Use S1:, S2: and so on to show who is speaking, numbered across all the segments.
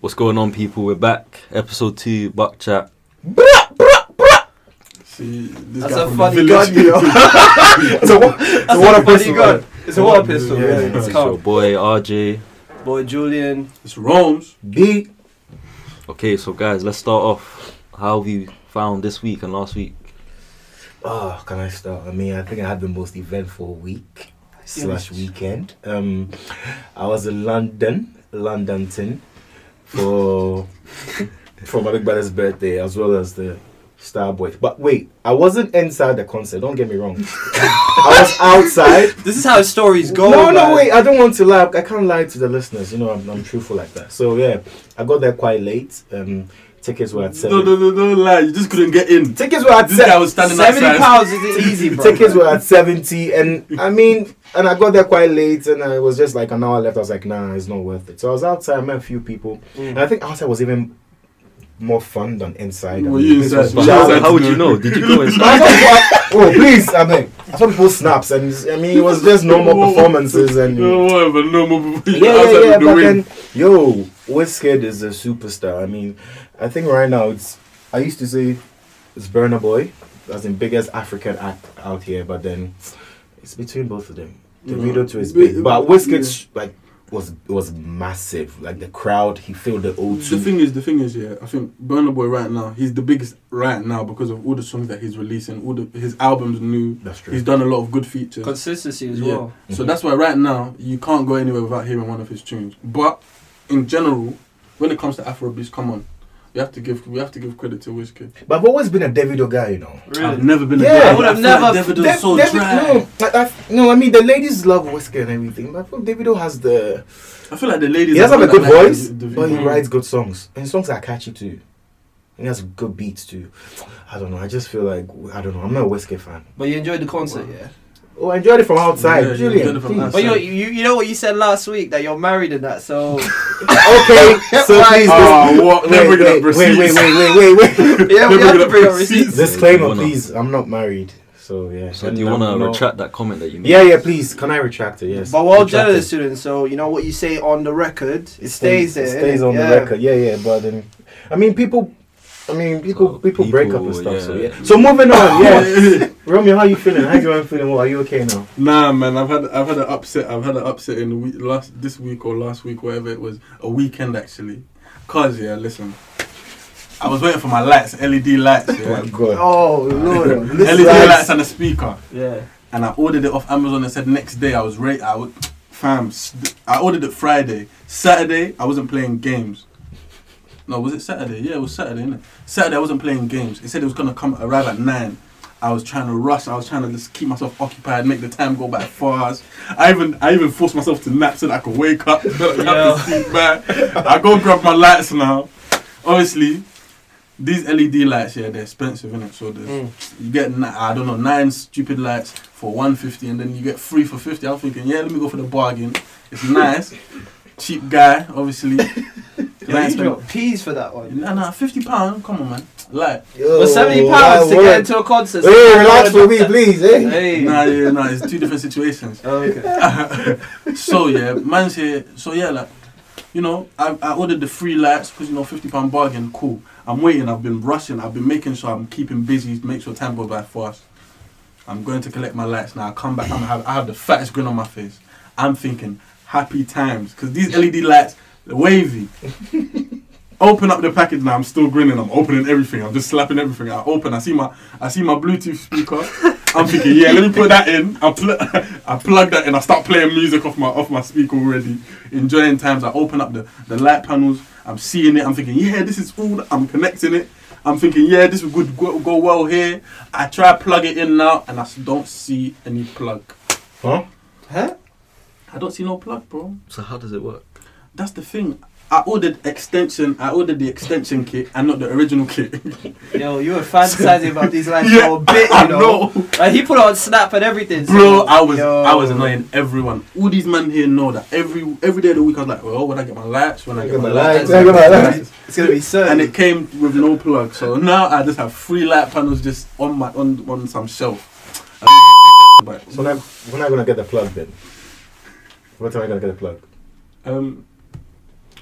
S1: What's going on, people? We're back. Episode two, Buck Chat.
S2: See, this
S3: That's
S2: guy
S3: a
S2: from
S3: funny
S2: the village.
S3: gun, yo.
S2: it's a wa- it's
S3: That's
S2: a
S3: a
S2: water
S3: funny
S2: pistol.
S3: gun.
S2: man.
S3: It's a water pistol.
S2: Yeah,
S3: Yeah,
S2: yeah.
S3: it's
S1: It's your
S3: calm.
S1: boy RJ.
S3: Boy Julian.
S2: It's Rome's.
S1: B. Okay, so guys, let's start off. How have you found this week and last week?
S4: Oh, can I start? I mean, I think I had the most eventful week
S3: see
S4: slash weekend. Um, I was in London, Londonton, for for my big brother's birthday as well as the Starboy. But wait, I wasn't inside the concert. Don't get me wrong. I was outside.
S3: This is how stories go.
S4: no, no,
S3: man.
S4: wait. I don't want to lie. I can't lie to the listeners. You know, I'm, I'm truthful like that. So yeah, I got there quite late. Um, tickets were at seven.
S2: No, no, no, no lie. You just couldn't get in.
S4: Tickets were at
S2: This
S4: seven.
S2: guy was standing
S3: Seventy
S2: outside.
S3: pounds is easy, bro.
S4: tickets were at 70 and i mean and i got there quite late and i was just like an hour left i was like nah it's not worth it so i was outside i met a few people and i think outside was even more fun than inside I
S2: Were
S4: mean,
S2: you
S4: this
S2: inside?
S4: was
S2: But
S1: But
S4: jam-
S1: how,
S2: outside
S1: how would
S2: to
S1: you
S2: go.
S1: know? Did you go
S4: I
S1: inside?
S4: saw people- oh please i mean i saw people snaps and i mean it was just normal performances and
S2: No, whatever. No more. people
S4: yeah, yeah,
S2: outside
S4: yeah,
S2: with the
S4: but
S2: wind.
S4: then, yo, Wizkid is a superstar. I mean, I think right now it's. I used to say it's Burna Boy, as in biggest African act out here, but then it's between both of them. The
S2: Yeah.
S4: video too is
S2: Bi-
S4: big, but Wizkid like was was massive. Like the crowd, he filled the
S2: The
S4: O2.
S2: thing is, the thing is, yeah, I think Burna Boy right now, he's the biggest right now because of all the songs that he's releasing, all the his albums new.
S4: That's true.
S2: He's done a lot of good features.
S3: Consistency as
S2: Yeah.
S3: well.
S2: So that's why right now you can't go anywhere without hearing one of his tunes. But in general, when it comes to Afrobeats, come on, you have to give we have to give credit to Wizkid.
S4: But I've always been a Davido guy, you know.
S2: I've
S3: Um,
S2: never been.
S4: Yeah.
S2: a guy.
S4: I
S3: would've
S2: feel like
S3: never-
S2: Davido's
S4: Dav-
S2: so
S4: David-
S2: dry.
S4: no, I, I, no, I mean the ladies love Wizkid and everything, but I feel Davido has the
S2: I feel like the ladies.
S4: He doesn't
S2: are
S4: have a good
S2: like the-
S4: voice,
S2: the-
S4: but he
S2: Mm.
S4: writes good songs, and his songs are catchy too. He has good beats too. I don't know. I just feel like I don't know. I'm not a Westgate fan.
S3: But you enjoyed the concert, yeah.
S4: Oh, I enjoyed it from outside,
S2: Yeah, you enjoyed
S4: Julian.
S2: it from
S4: please.
S3: But you, you you know what you said last week that you're married and that. So
S4: okay, so please.
S2: Oh, what?
S4: Wait,
S2: Never gonna
S4: wait, wait, wait, wait, wait, wait, wait.
S3: yeah, we
S2: Never
S3: have to
S2: gonna
S3: bring our
S2: proceed.
S3: receipts.
S4: Disclaimer,
S1: Wanna-
S4: please. I'm not married, so yeah.
S1: So
S4: And
S1: do you want
S4: I'm
S1: to
S4: not-
S1: retract that comment that you made?
S4: Yeah, yeah. Please, can I retract it? Yes.
S3: But we're all
S4: Retract
S3: jealous
S4: it.
S3: students, so you know what you say on the record, it stays there.
S4: It stays
S3: innit?
S4: on
S3: Yeah.
S4: the record. Yeah, yeah. But then, I mean, people. I mean, people,
S1: So,
S4: people break up
S1: people,
S4: and stuff. So
S1: yeah.
S4: yeah. So moving on. Yeah. Romeo, how you feeling? How you feeling? Well, are you okay now?
S2: Nah, man, I've had I've had an upset. I've had an upset in the week, last this week or last week, whatever it was, a weekend actually. Cause yeah, listen, I was waiting for my lights, LED lights, yeah.
S4: god.
S3: Oh lord, oh,
S2: LED
S3: listen.
S4: lights.
S2: lights and a speaker,
S3: yeah.
S2: and I ordered it off Amazon. And said next day I was ready. I would, fam, s- I ordered it Friday. Saturday I wasn't playing games. No, was it Saturday? Yeah, it was Saturday, innit? Saturday I wasn't playing games. It said it was gonna come arrive at nine. I was trying to rush. I was trying to just keep myself occupied, make the time go by fast. I even I even forced myself to nap so that I could wake up. so that I could sleep back. I go grab my lights now. Obviously, these LED lights, yeah, they're expensive, innit? So there's
S3: Mm.
S2: you get ni- I don't know nine stupid lights for one fifty, and then you get three for fifty. I'm thinking, yeah, let me go for the bargain. It's nice, cheap guy, obviously.
S3: yeah
S2: Lights
S3: you
S2: don't-
S3: dropped peas for that one.
S2: Nah, nah, fifty pound. Come on, man. Like,
S3: Well, seventy pounds to get into a concert. so
S4: Oh, Hey,
S3: I
S4: relax
S3: know
S4: for me, please. eh? Hey.
S3: Hey.
S2: nah, yeah, nah. It's two different situations.
S3: Oh, Okay.
S2: so yeah, man's here. So yeah, like, you know, I, I ordered the three lights because you know fifty pound bargain. Cool. I'm waiting. I've been rushing. I've been making sure I'm keeping busy. Make sure time goes by fast. I'm going to collect my lights now. I come back. I'm have I have the fattest grin on my face. I'm thinking happy times because these LED lights they're wavy. Open up the package now. I'm still grinning. I'm opening everything. I'm just slapping everything. I open. I see my I see my Bluetooth speaker. I'm thinking, yeah, let me put that in. I pl- I plug that in. I start playing music off my off my speaker already. Enjoying times. I open up the the light panels. I'm seeing it. I'm thinking, yeah, this is all. I'm connecting it. I'm thinking, yeah, this would good go, go well here. I try plug it in now, and I s- don't see any plug.
S4: Huh?
S3: Huh?
S2: I don't see no plug, bro.
S1: So how does it work?
S2: That's the thing. I ordered extension. I ordered the extension kit and not the original kit.
S3: Yo, you were fantasizing about these lights
S2: Yeah,
S3: for a bit,
S2: I
S3: you know. Like he put it on Snap and everything. so-
S2: Bro, I was I was
S3: Yo.
S2: annoying everyone. All these men here know that every every day of the week I was like, well, when I get my lights, when I get my lights,
S4: I get my
S2: lights.
S3: It's gonna be certain.
S2: and it came with no plug. So now I just have three light panels just on my on on some shelf. I don't give a about it.
S4: So now, we're not gonna get the plug then. What time are we gonna get the plug?
S2: Um,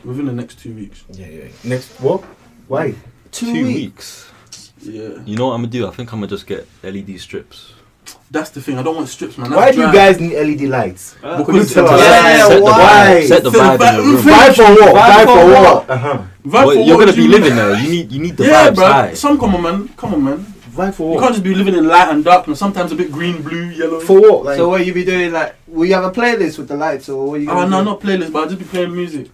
S2: within the next two weeks.
S4: Yeah, yeah. Next, what? Why?
S1: Two,
S3: Two, weeks.
S1: weeks.
S2: Yeah,
S1: You know what I'm gonna do? I think I'm gonna just get LED strips.
S2: that's the thing. I don't want strips, man.
S4: Why
S2: That's
S4: do you
S2: dry.
S4: guys need LED lights?
S3: Uh,
S2: Because
S4: Yeah,
S3: Yeah,
S1: set
S4: why?
S1: The vibe, set the
S2: Set the
S1: vibe in
S2: vibe.
S1: your room.
S2: Vibe
S4: Buy for what? Buy for what? Uh huh.
S2: Vibe
S1: Well,
S2: for
S1: you're
S2: what
S1: gonna
S2: do
S1: be
S2: you
S1: living
S2: mean?
S1: there. You need you need the
S2: yeah,
S1: vibes
S2: bro.
S1: high.
S2: Some come on, man. Come on, man.
S4: Buy for
S2: You
S4: what?
S2: can't just be living in light and darkness. Sometimes a bit green, blue, yellow.
S4: For what? Like,
S3: So what you be doing? Like, will you have a playlist with the lights, or what you?
S2: oh
S3: gonna
S2: no,
S3: do?
S2: not playlist, but I'll just be playing music.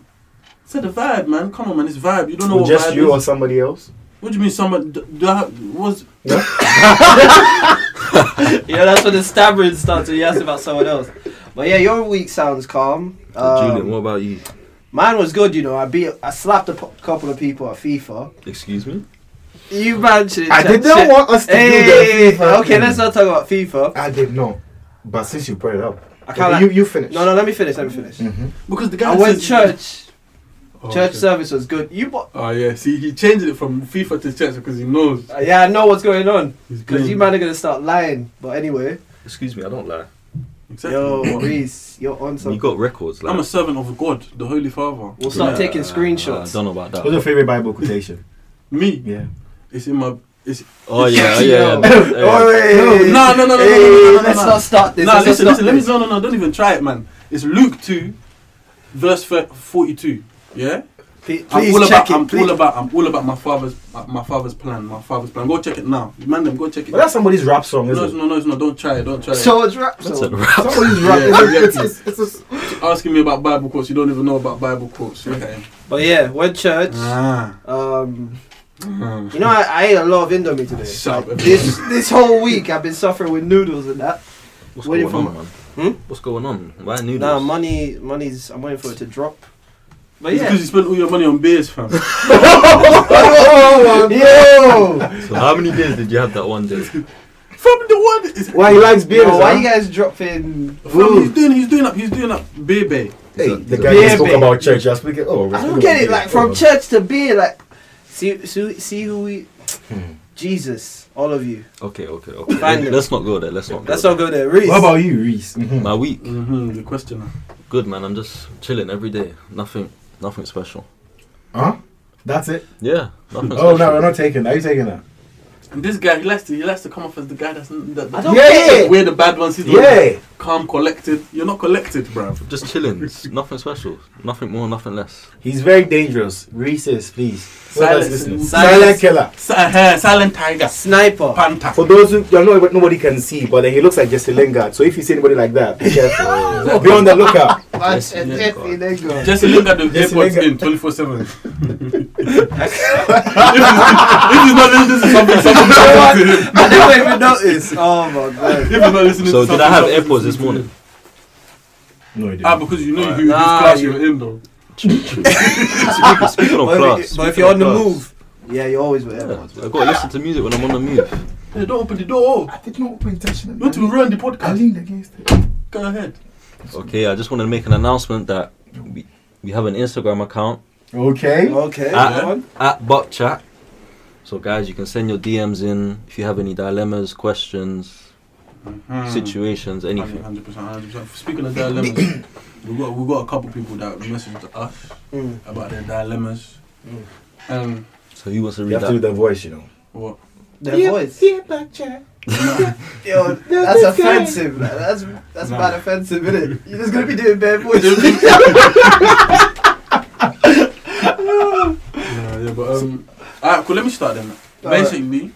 S2: Set the vibe, man. Come on, man. It's vibe. You don't know
S4: Or
S2: what
S4: just
S2: vibe
S4: you
S2: is.
S4: or somebody else?
S2: What do you mean? Somebody? Do, do I have, was
S3: Yeah, that's when the stabbing starts. When you ask about someone else. But yeah, your week sounds calm.
S1: So,
S3: Um,
S1: Julian, what about you?
S3: Mine was good, you know. I beat, I slapped a po- couple of people at FIFA.
S1: Excuse me.
S3: You mentioned it.
S4: I
S3: Chad.
S4: did not
S3: Shit.
S4: want us to do that.
S3: Hey,
S4: FIFA
S3: okay, let's
S4: thing.
S3: not talk about FIFA.
S4: I did not. But since you brought it up,
S3: I can't.
S4: Okay,
S3: like-
S4: you you finish.
S3: no, no, let me finish. Let me finish.
S4: Mm-hmm.
S2: because the guy
S3: I went
S2: says-
S3: church.
S2: Oh,
S3: church
S2: okay.
S3: service was good. You, bought,
S2: Oh yeah, see, he changed it from FIFA to church because he knows
S3: uh, yeah, I know what's going on
S2: he's
S3: because
S2: playing.
S3: you man are gonna start lying. But anyway,
S1: Excuse me, I don't lie.
S2: Exactly.
S3: yo,
S2: What?
S3: Reese, you're on
S1: You
S3: something.
S1: got records. Like,
S2: I'm a servant of God, the Holy Father.
S3: We'll start
S1: Nah,
S3: taking
S1: I
S3: screenshots.
S1: don't know about
S4: What's
S1: that.
S4: your favorite Bible quotation?
S2: Me,
S4: Yeah.
S2: it's in my.
S1: Oh yeah, oh, yeah, yeah.
S4: Oh,
S1: yeah.
S4: hey, hey, hey.
S2: No, no, no, no, no, no, no,
S4: Hey,
S2: no, no,
S3: Let's
S2: no.
S3: not start this.
S2: No,
S3: let's
S2: listen,
S3: not
S2: listen.
S3: start
S2: Let me.
S3: this.
S2: No, no, no. Don't even try it, man. It's Luke two, verse fir- forty-two. Yeah.
S3: P-
S2: I'm
S3: Please
S2: all
S3: check
S2: about. I'm
S3: it. please.
S2: all about. I'm all about my father's. My, my father's plan. My father's plan. Go check it now, man. Them go check it.
S4: Well, that's somebody's rap song,
S2: no,
S4: isn't
S2: it's, no, no, it's not. Don't try it. Don't try it.
S3: So it's rap.
S1: That's a
S3: So
S1: wrap.
S4: it? Somebody's
S2: Yeah,
S4: rap. it's,
S2: exactly.
S4: it's, it's, it's,
S2: asking me about Bible quotes. You don't even know about Bible quotes. Look at him.
S3: but yeah, went church.
S2: Ah.
S3: Um,
S2: Mm.
S3: you know, I, I ate a lot of Indomie today.
S2: Shut up,
S3: This this whole week, I've been suffering with noodles and that.
S1: What's
S3: Where you
S1: going
S3: from?
S1: on, man?
S3: Hmm?
S1: What's going on? Why noodles?
S3: Nah, money, money's. I'm waiting for it to drop. But
S2: It's
S3: yeah,
S2: because you spent all your money on beers, fam.
S3: Oh, yo,
S1: so how many days did you have that one day?
S2: From the one. It's,
S4: why he likes beer?
S3: yo, why
S4: huh?
S3: you guys dropping?
S2: fam, he's doing. He's doing up. He's doing up. Bebe.
S4: Hey,
S1: He's a-
S4: the
S1: he's a-
S4: guy
S3: Beer
S4: just spoke
S3: bait.
S4: about church. You're speaking. Oh, we're
S3: I don't
S4: speaking
S3: get
S4: about
S3: it. Like
S4: beer.
S3: from
S4: Oh.
S3: church to beer, like see, see, see who we. Jesus, all of you.
S1: Okay, okay, okay.
S3: Fine.
S1: Let's not go there. Let's not. Go
S3: Let's
S1: there.
S3: not go there, Reese.
S4: What about you, Reese? Mhm.
S1: My week,
S2: Mm-hmm, the questioner.
S1: good man. I'm just chilling every day. Nothing, nothing special.
S4: Huh? That's it.
S1: Yeah, nothing
S4: Oh
S1: special.
S4: no, we're not taking that. Are you taking that?
S2: And this guy, he likes to, he likes to come off as the guy that's that,
S3: I don't
S4: Yeah.
S3: get it.
S2: we're the bad ones. He's the
S4: Yeah.
S2: calm, collected. You're not collected, bruv.
S1: Just chilling. It's nothing special. Nothing more. Nothing less.
S4: He's very dangerous. Reese, is, please.
S2: Silence.
S4: Silent,
S2: Silence.
S4: Silent killer.
S2: Si- uh, silent tiger,
S3: Sniper.
S2: panther.
S4: For those who you know, nobody can see, but then he looks like Jesse Lingard. So if you see anybody like that, be careful. be on the lookout.
S3: That's-
S1: Yes, yeah,
S3: that's-
S1: God.
S3: there you go.
S2: Just look at the
S4: Jesse
S2: airports
S4: Lingard.
S2: in 24 7. If it's not listening, this is something, something. happened to him.
S3: I didn't even notice. Oh my god.
S2: If it's not listening,
S1: So
S2: to
S1: did
S2: something,
S1: I have
S2: something
S1: AirPods this
S2: happened to him.
S1: morning?
S4: No, he didn't.
S2: Ah, because you know who, whose
S3: Nah,
S2: class
S3: you-
S2: you were in, though.
S1: speaking, speaking of
S3: But,
S1: class.
S3: if, but if
S1: speaking
S3: you're
S1: of
S3: on the
S1: class.
S3: move, yeah, you're always with
S1: Yeah,
S3: everyone.
S1: I gotta listen to music when I'm on the move.
S2: Hey, don't open the door.
S4: I did not open intentionally.
S2: You want to ruin the podcast?
S4: leaned against it.
S2: Go ahead.
S1: Okay, I just wanted to make an announcement that we, we have an Instagram account
S4: Okay.
S3: Okay.
S1: Ah.
S3: go on.
S1: at Buck Chat. So guys, you can send your DMs in if you have any dilemmas, questions,
S2: Hmm.
S4: Hmm.
S1: situations, anything.
S2: 100%, 100%. Speaking of dilemmas, we got we got a couple people that messaged us
S3: Mm.
S2: about their dilemmas.
S3: Hmm.
S4: Mm.
S2: And
S1: So who wants to
S4: You
S1: read
S4: have to do
S1: that?
S4: the voice, you know.
S2: what?
S3: Their voice. Yo, that's
S4: That's
S3: offensive. man. That's that's
S2: Nah.
S3: bad offensive, isn't it? You're just gonna be doing bare voices.
S2: Yeah, yeah, but um, alright, cool. Let me start then.
S3: Alright.
S2: Basically,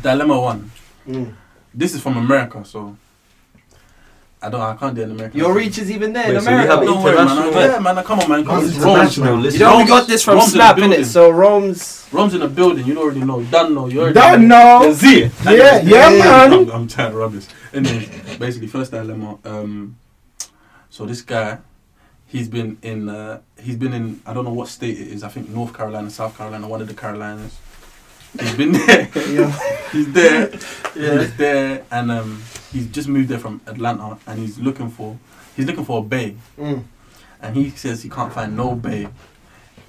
S2: dilemma one.
S3: Mm.
S2: This is from America, so I don't. I can't do an American.
S3: Your reach is even there in
S1: Wait, so we
S3: America.
S1: have
S2: Don't worry, man.
S1: International.
S2: Yeah, man. Come on, man. Come on,
S4: Man's
S2: it's Rome's,
S4: international.
S2: man.
S1: Listen.
S3: you know we
S2: Rome's-
S3: got this from
S2: Rome's in the
S3: Snap, innit?
S2: building.
S3: So Rome's.
S2: Rome's in the building. You already know. Don't know. You already
S4: Don't know.
S2: There's Z.
S4: Yeah, yeah, man.
S2: I'm, I'm tired of rubbish. Anyways, basically, first dilemma. Um, so this guy, he's been in. Uh, he's been in. I don't know what state it is. I think North Carolina, South Carolina, one of the Carolinas. He's been there.
S3: Yeah.
S2: he's there.
S3: Yeah.
S2: He's there, and um, he's just moved there from Atlanta, and he's looking for. He's looking for a bay,
S3: Mm.
S2: and he says he can't find no bay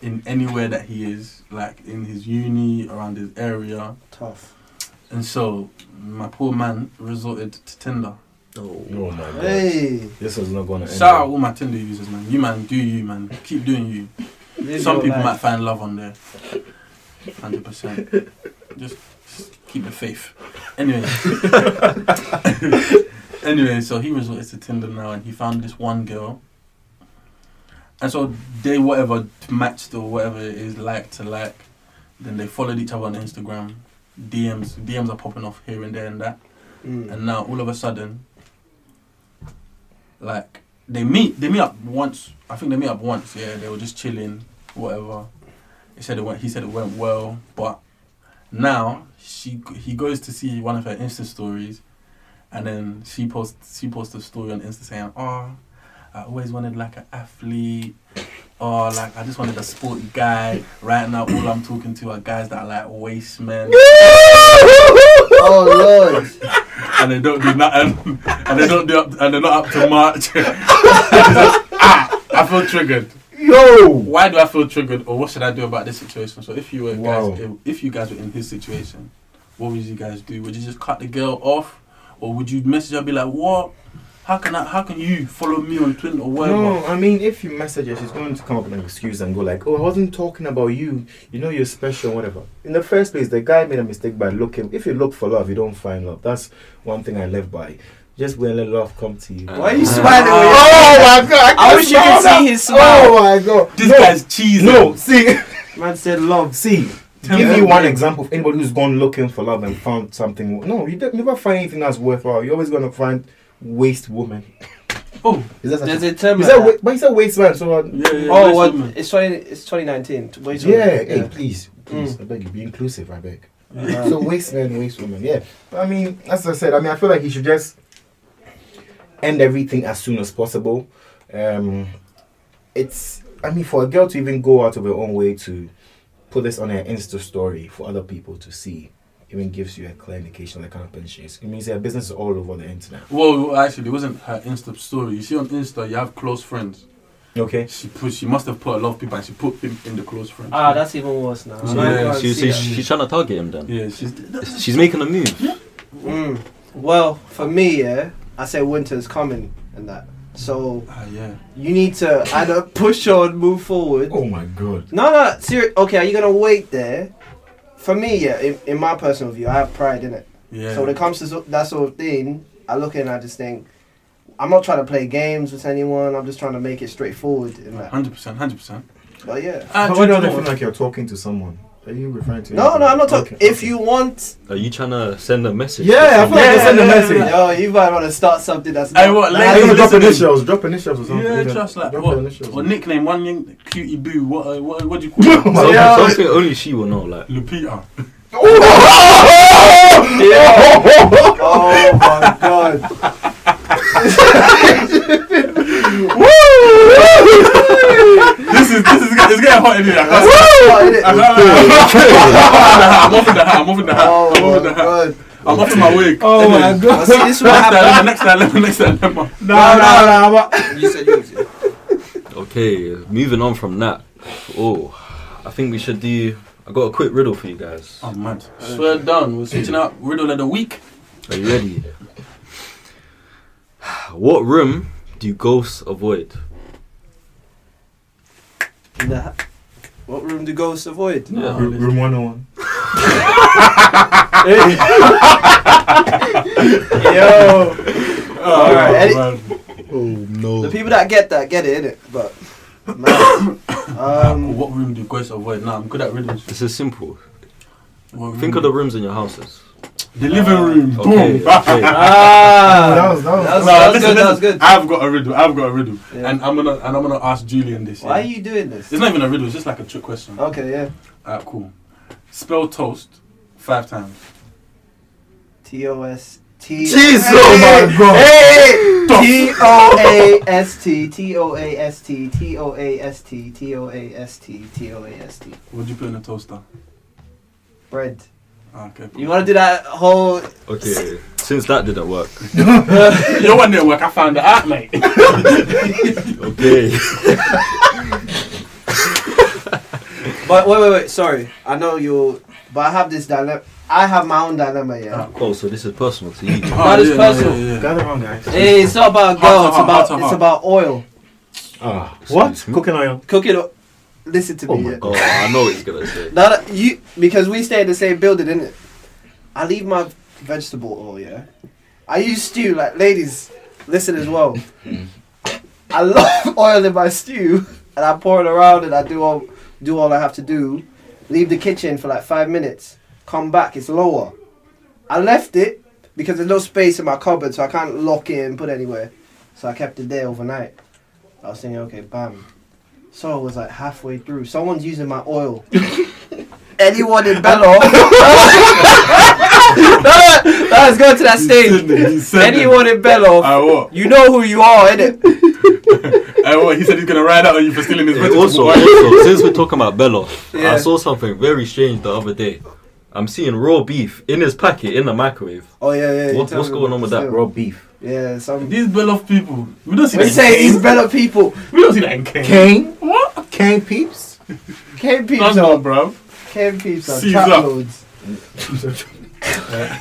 S2: in anywhere that he is, like in his uni, around his area.
S3: Tough.
S2: And so my poor man resorted to Tinder.
S1: Stole.
S4: Oh my god.
S3: Hey,
S4: This was not gonna end.
S2: Shout out
S4: well.
S2: all my Tinder users, man. You man, do you man? Keep doing you.
S3: live
S2: Some
S3: your
S2: people might
S3: life.
S2: find love on there. Hundred percent. Just keep the faith. Anyway. anyway, so he resorted to Tinder now, and he found this one girl. And so they whatever matched or whatever it is like to like. Then they followed each other on Instagram. DMs DMs are popping off here and there and that.
S3: Mm.
S2: And now all of a sudden, like they meet, they meet up once. I think they meet up once. Yeah, they were just chilling, whatever. He said it went. He said it went well, but now she he goes to see one of her Insta stories, and then she posts she posts a story on Insta saying, "Oh, I always wanted like an athlete." Oh, like I just wanted a sporty guy. Right now, all I'm talking to are guys that are like waste men.
S3: Oh lord.
S2: and they don't do nothing, and they don't do up, and they're not up to March. ah, I feel triggered.
S4: Yo!
S2: Why do I feel triggered, or what should I do about this situation? So if you were
S4: Wow.
S2: guys, if you guys were in his situation, what would you guys do? Would you just cut the girl off, or would you message her and be like, "What? How can I? How can you follow me on Twitter or whatever?"
S4: No, I mean, if you message her, she's going to come up with an excuse and go like, "Oh, I wasn't talking about you. You know, you're special, whatever." In the first place, the guy made a mistake by looking. If you look for love, you don't find love. That's one thing I live by. Just when let love come to you.
S1: Uh,
S3: Why are you
S1: Ah.
S3: smiling? when you-
S4: Oh my god!
S3: I
S4: can't
S3: wish you could
S4: smile now.
S3: see his smile.
S4: Oh my god!
S2: This
S4: no,
S2: guy's cheesy.
S4: no. See,
S3: Man said love.
S4: see.
S2: Tell
S4: give
S2: me
S4: me
S2: that
S4: one
S2: name.
S4: example of anybody who's gone looking for love and found something. No, you don't- never find anything that's worthwhile. You're always gonna find waste woman.
S2: Oh,
S4: Is that such
S3: There's
S4: a,
S3: a term.
S4: is
S3: like
S4: that,
S3: that.
S4: wa- but you said waste man? So uh,
S2: yeah, yeah.
S3: Oh,
S2: waste
S3: what?
S2: woman.
S3: It's 20, It's 2019. T- Wait,
S4: Yeah,
S3: wait,
S4: hey,
S3: yeah.
S4: please, please,
S2: Mm.
S4: I beg you, be inclusive, I beg.
S3: Uh,
S4: so waste men, waste women, yeah. But I mean, as I said, I mean, I feel like he should just end everything as soon as possible. Um, it's, I mean, for a girl to even go out of her own way to put this on her Insta story for other people to see, even gives you a clear indication of the kind of person she is. It means her business is all over the internet.
S2: Well, actually, it wasn't her Insta story. You see, on Insta, you have close friends.
S4: Okay.
S2: She put, she must have put a lot of people, and she put him in the close friends.
S3: Ah, that's even worse now.
S2: Yeah,
S3: I don't
S2: yeah,
S3: wanna
S1: she's,
S3: see
S1: she's,
S3: that.
S1: she's trying to target him then.
S2: yeah, she's
S1: She's making a move.
S3: Mm. Well, for me, yeah, I say winter's coming and that. So
S2: ah yeah.
S3: you need to either push on, move forward.
S4: Oh my god.
S3: No, no, serious. Okay, are you gonna wait there? For me, yeah, in, in my personal view, I have pride in it.
S2: Yeah.
S3: So when it comes to so- that sort of thing, I look at it and I just think, I'm not trying to play games with anyone. I'm just trying to make it straightforward in that.
S2: Hundred percent, hundred percent. Ah,
S3: But yeah.
S4: How do you feel like you're talking to someone? Are you referring to?
S3: Ah, No, no, I'm not talking.
S4: Okay,
S3: If
S4: okay.
S3: you want,
S1: Are you trying to send a message? to
S4: Yeah, I feel
S1: someone?
S4: like I send a
S2: Yeah.
S4: message.
S3: yo, you might want to start something that's.
S2: Hey,
S3: not-
S2: what,
S3: Nah,
S2: ladies,
S3: I don't-
S4: drop
S2: listening.
S4: initials, drop initials or something.
S2: Yeah,
S4: Drop-
S2: just like
S4: drop
S2: what?
S4: initials.
S2: Or nickname one name, cutie boo. What? Uh, what? What do you call it?
S1: Something,
S4: Yeah.
S1: something only she will know. Like,
S2: Lupita.
S3: Oh my god.
S2: this is this is get- it's getting hot in here. I can't- I
S3: oh
S2: can't- I'm off in the hat. I'm off in the hat. I'm off in
S3: my
S2: the hat.
S3: god.
S2: I'm off in my wig.
S4: Oh my
S2: Anyway,
S3: Now,
S4: god.
S3: see, this is what
S2: Next
S3: happened.
S2: dilemma. Next dilemma. Next dilemma.
S4: No, no, no.
S3: You said yours. yeah.
S1: okay, moving on from that. Oh, I think we should do. I got a quick riddle for you guys.
S2: Oh man. Swear down. We're switching out riddle of the week.
S1: Are you ready? What room do ghosts avoid?
S3: Nah. What room do ghosts avoid?
S2: Yeah.
S4: Room room 101.
S3: Yo. Alright, any-
S4: Oh no.
S3: The people that get that get it, innit? But. Man. Um,
S2: What room do ghosts avoid? Nah, I'm good at riddles.
S1: This is simple.
S2: What
S1: Think of
S2: room?
S1: the rooms in your houses.
S2: the living room.
S1: Okay,
S2: Boom.
S1: okay.
S3: ah.
S4: That was- that was-
S3: that was,
S2: No,
S3: that was
S2: listen,
S3: good. That was
S2: listen.
S3: good.
S2: I've got a riddle. I've got a riddle,
S3: Yeah.
S2: and I'm gonna and I'm gonna ask Julian this.
S3: Why are
S2: yeah.
S3: you Oh. doing this?
S2: It's not even a riddle. It's just like a trick question.
S3: Okay, yeah.
S2: Alright, cool. Spell toast five times.
S3: T O S T.
S1: Jesus,
S4: oh my God.
S3: Hey! T O A S T T O A S T T O A S T T O A S T T O A S T.
S2: What do you put in a toaster?
S3: Bread.
S2: Ah, okay. Cool.
S3: You want to do that whole?
S1: okay. Since that didn't work,
S2: do? Your one network. I found it out, mate.
S1: okay.
S3: But wait, wait, wait. Sorry, I know you. But I have this dilemma. I have my own dilemma, yeah.
S1: Oh, so this is personal to you.
S2: Oh,
S3: That is
S2: yeah,
S3: personal.
S2: Yeah, yeah, yeah.
S4: Gather around, guys.
S3: Hey, it's not about
S2: Hot,
S3: girl.
S2: hot,
S3: It's
S2: hot,
S3: about
S2: hot,
S3: it's
S2: hot.
S3: about oil.
S4: Ah, what?
S1: Excuse me?
S4: Cooking oil.
S3: Cook it. o- Listen to
S4: Oh
S3: me.
S4: my
S3: yeah.
S1: Oh, I know what he's gonna say.
S3: Now that you because we stay in the same building, innit? I leave my vegetable oil, yeah. I use stew, like ladies, listen as well. I love oil in my stew and I pour it around and I do all do all I have to do. Leave the kitchen for like five minutes. Come back, it's lower. I left it because there's no space in my cupboard, so I can't lock it and put it anywhere. So I kept it there overnight. I was thinking, okay, bam. So I was like halfway through. Someone's using my oil. Anyone in Bello? Let's go to that
S2: He
S3: stage.
S2: said that.
S3: Anyone in Bello,
S2: I what?
S3: you know who you are, innit?
S2: I what? He said he's gonna ride out on you for stealing his
S1: Hey,
S2: vegetable.
S1: also,
S2: oil.
S1: also, since we're talking about Bello,
S3: Yeah.
S1: I saw something very strange the other day. I'm seeing raw beef in his packet in the microwave.
S3: Oh yeah, yeah. you
S1: What-
S3: tell
S1: what's
S3: me
S1: going
S3: about
S1: on with
S3: this
S1: that,
S3: too.
S4: Raw beef.
S3: Yeah, some.
S2: These Beloff people, we don't see
S3: We
S2: that. in
S3: say these
S2: Kane.
S3: better people.
S2: we don't see that in Kane.
S4: Cane?
S2: What?
S4: Cane peeps?
S3: Came peeps
S2: That's
S3: are
S2: not, bro.
S3: came peeps are
S2: Caesar.
S3: trap loads.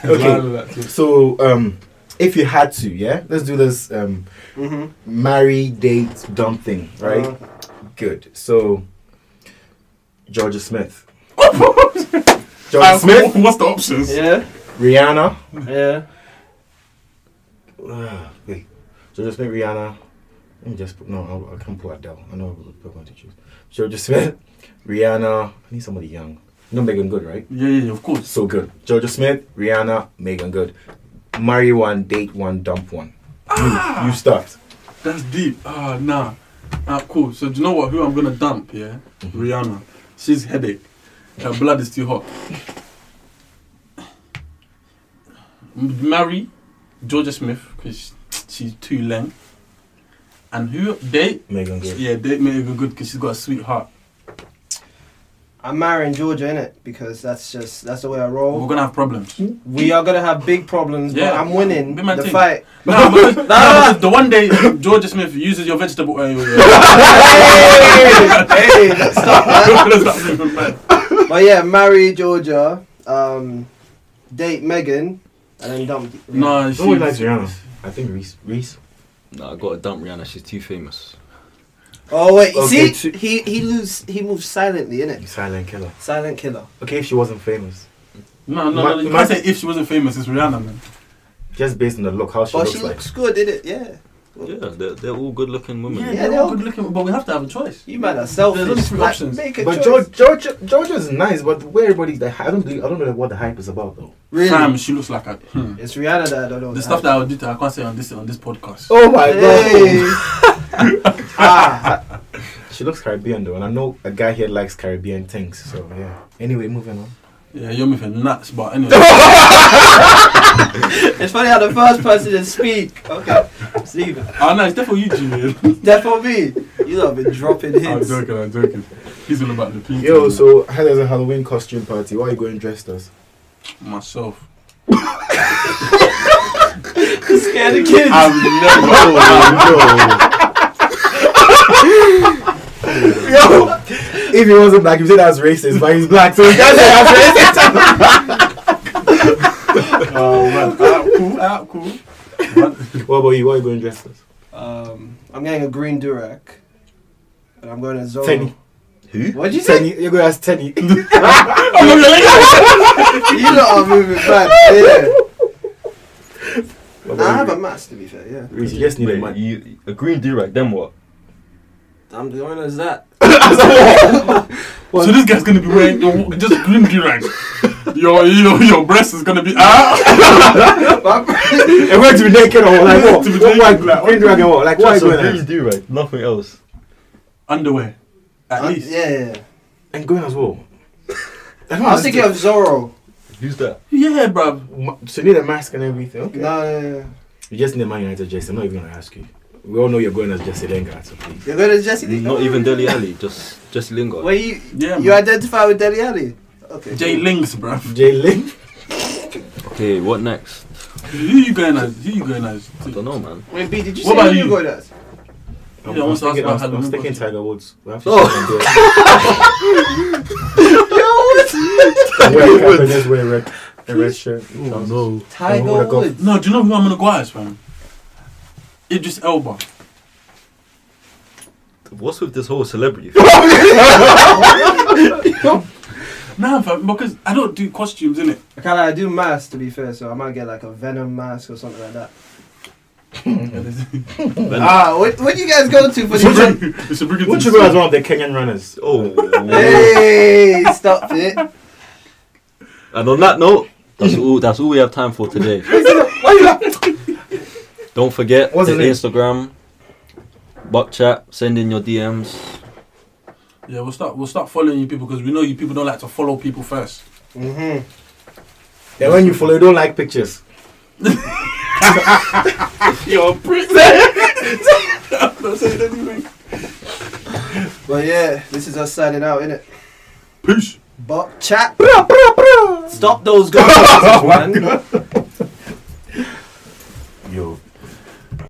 S2: Okay.
S4: So, um, if you had to, yeah? Let's do this um,
S3: hmm
S4: marry, date, dumb thing, right? Good. So, Georgia Smith. Georgia Smith,
S2: What's the options?
S3: yeah,
S4: Rihanna.
S3: yeah.
S4: Ah, wait. Georgia Smith, Rihanna. Let me just put, no, I'll- I, can't put Adele. I know I put one to choose. Georgia Smith, Rihanna. I need somebody young. You know Megan Good, right?
S2: Yeah, yeah, yeah, of course.
S4: So good. Georgia Smith, Rihanna, Megan Good. Marry one, date one, dump one. You, you start.
S2: That's deep. Ah, nah. Ah, cool. So do you know what? Who I'm gonna dump? Yeah, Rihanna. She's headache. Her blood is too hot. M- Marry Georgia Smith because she's too leng. And who date?
S4: Megan Good.
S2: Yeah, date Megan Good because she's got a sweetheart.
S3: I'm marrying Georgia innit? because that's just that's the way I
S2: We're
S3: roll.
S2: gonna have problems.
S3: We are gonna have big problems, but
S2: Yeah.
S3: I'm winning
S2: Be my
S3: the
S2: team.
S3: fight.
S2: No, because, no,
S3: nah.
S2: because the one day Georgia Smith uses your vegetable oil.
S3: hey, hey, let's stop that. But yeah, marry Georgia, um, date Megan, and then dump.
S2: no,
S4: No one likes
S2: she.
S4: Rihanna. I think Reese. Reese.
S1: Nah, I gotta dump Rihanna. She's too famous.
S3: Oh wait,
S4: Okay,
S3: see,
S4: two-
S3: he he lose he moves silently, innit?
S4: Silent killer.
S3: Silent killer.
S4: Okay, if she wasn't famous,
S2: No, no,
S4: Ma-
S2: no. You
S4: ma-
S2: can't say if she wasn't famous, it's Rihanna, man.
S4: just based on the look, how she
S3: But
S4: looks
S3: Oh, she
S4: like.
S3: looks good, innit? Yeah.
S1: Yeah, they're, they're all good-looking women.
S2: Yeah,
S3: Yeah,
S2: they're
S3: they
S2: all
S3: are.
S2: good looking, but we have to have a choice.
S3: You man are selfish.
S2: There's only three
S3: Like,
S2: options.
S3: Make a
S4: But
S3: choice.
S4: George, George, George is nice, but where everybody's like, I don't believe, I don't know what the hype is about though.
S3: really,
S2: Fam, she looks like a. hmm.
S3: it's Rihanna that I don't know.
S2: The stuff that I would do to her, I can't say on this on this podcast.
S4: Oh my
S3: Hey. ah,
S4: She looks Caribbean though, and I know a guy here likes Caribbean things. So yeah. Anyway, moving on.
S2: Yeah, you're moving nuts, but anyway. Oh,
S3: it's funny how the first person to speak. Okay, Steven.
S2: oh no, it's definitely you, Julian.
S3: That's for me. You lot have been dropping
S2: I'm
S3: hints.
S2: joking, I'm joking. He's all about the people.
S4: Yo, so how does a Halloween costume party? Why are you going dressed as?
S2: myself,
S3: You scared the kids.
S2: I've never.
S4: Oh no. Yo, if he wasn't black, you say that's racist, but he's black, so you can't say that's racist.
S2: oh man, ah, cool, ah, cool.
S4: What about you? Why are you going dressed as?
S3: Um, I'm getting a green Durac, and I'm going to Zorro.
S4: Tenny.
S1: Who?
S3: What'd you say?
S4: Tenny. You're going as Tenny.
S2: Oh,
S3: you lot are moving back. Yeah.
S4: What about
S3: I have
S4: you?
S3: a match to be fair. Yeah.
S4: Reese, you just need a
S1: Wait,
S4: man.
S1: you, a green Durac, then what?
S3: I'm going as that.
S2: So this guy's gonna be wearing the- just green durag. Your, you know, your breast is gonna be ah.
S4: And we're to be naked or like what?
S2: To be naked,
S4: What- Why
S2: like,
S4: green dragon or like why
S1: Just a
S4: going
S1: green
S4: as?
S1: Durac, nothing else.
S2: Underwear, at
S3: Uh,
S2: least.
S3: Yeah, yeah. yeah.
S4: And going as well.
S3: I was thinking of Zorro.
S1: Who's that?
S2: Yeah, bruv.
S4: So you need a mask and everything. Okay.
S3: No, no, no, no.
S4: You just need Man United jersey. I'm not even gonna ask you. We all know you're going as Jesse Lingard, so please.
S3: You're going to Jesse.
S1: Not even Deli Ali, just just Lingard.
S3: Where you
S2: Yeah,
S3: you
S2: man.
S3: identify with Deli Ali? Okay.
S2: J Links, bruv.
S4: Jay Ling.
S1: Okay, what next?
S2: Who you going as? Who you going as?
S1: I don't know, man.
S3: Wait, B, did you
S2: What
S3: say
S2: about
S3: who you
S2: you?
S3: going as?
S4: I'm,
S2: Yeah, I
S4: I'm
S2: was asking
S4: thinking,
S2: about
S4: I'm, I'm
S2: Halloween
S4: thinking
S2: costume.
S4: Tiger Woods. We have to
S1: Oh.
S4: check and do it. Wear a cap and just wear red. a red shirt.
S2: Oh
S4: trousers.
S2: no.
S4: wanna
S3: Tiger
S4: go-
S3: Woods.
S2: No, do you know who I'm gonna go as, fam? Idris Elba.
S1: What's with this whole celebrity?
S2: Nah, fam, because I don't do costumes, innit?
S3: I kind of I do masks to be fair, so I might get like a Venom mask or something like that.
S4: Mm.
S3: Ah, what, what do you guys go to for
S4: Would
S3: the?
S2: it's a brigade.
S4: Wouldn't you go as one of the Kenyan runners?
S1: oh.
S3: Hey, stop it!
S1: And on that note, that's all. That's all we have time for today. Don't forget
S4: What's
S1: the
S4: the name?
S1: Instagram, Buckchat. Send in your DMs.
S2: Yeah, we'll start. We'll start following you people because we know you people don't like to follow people first.
S3: Mm-hmm.
S4: And when you follow, you don't like pictures.
S2: You're a prick. don't say it anyway.
S3: But yeah, this is us signing out, innit?
S2: Peace.
S3: But chat. Stop those guys, man.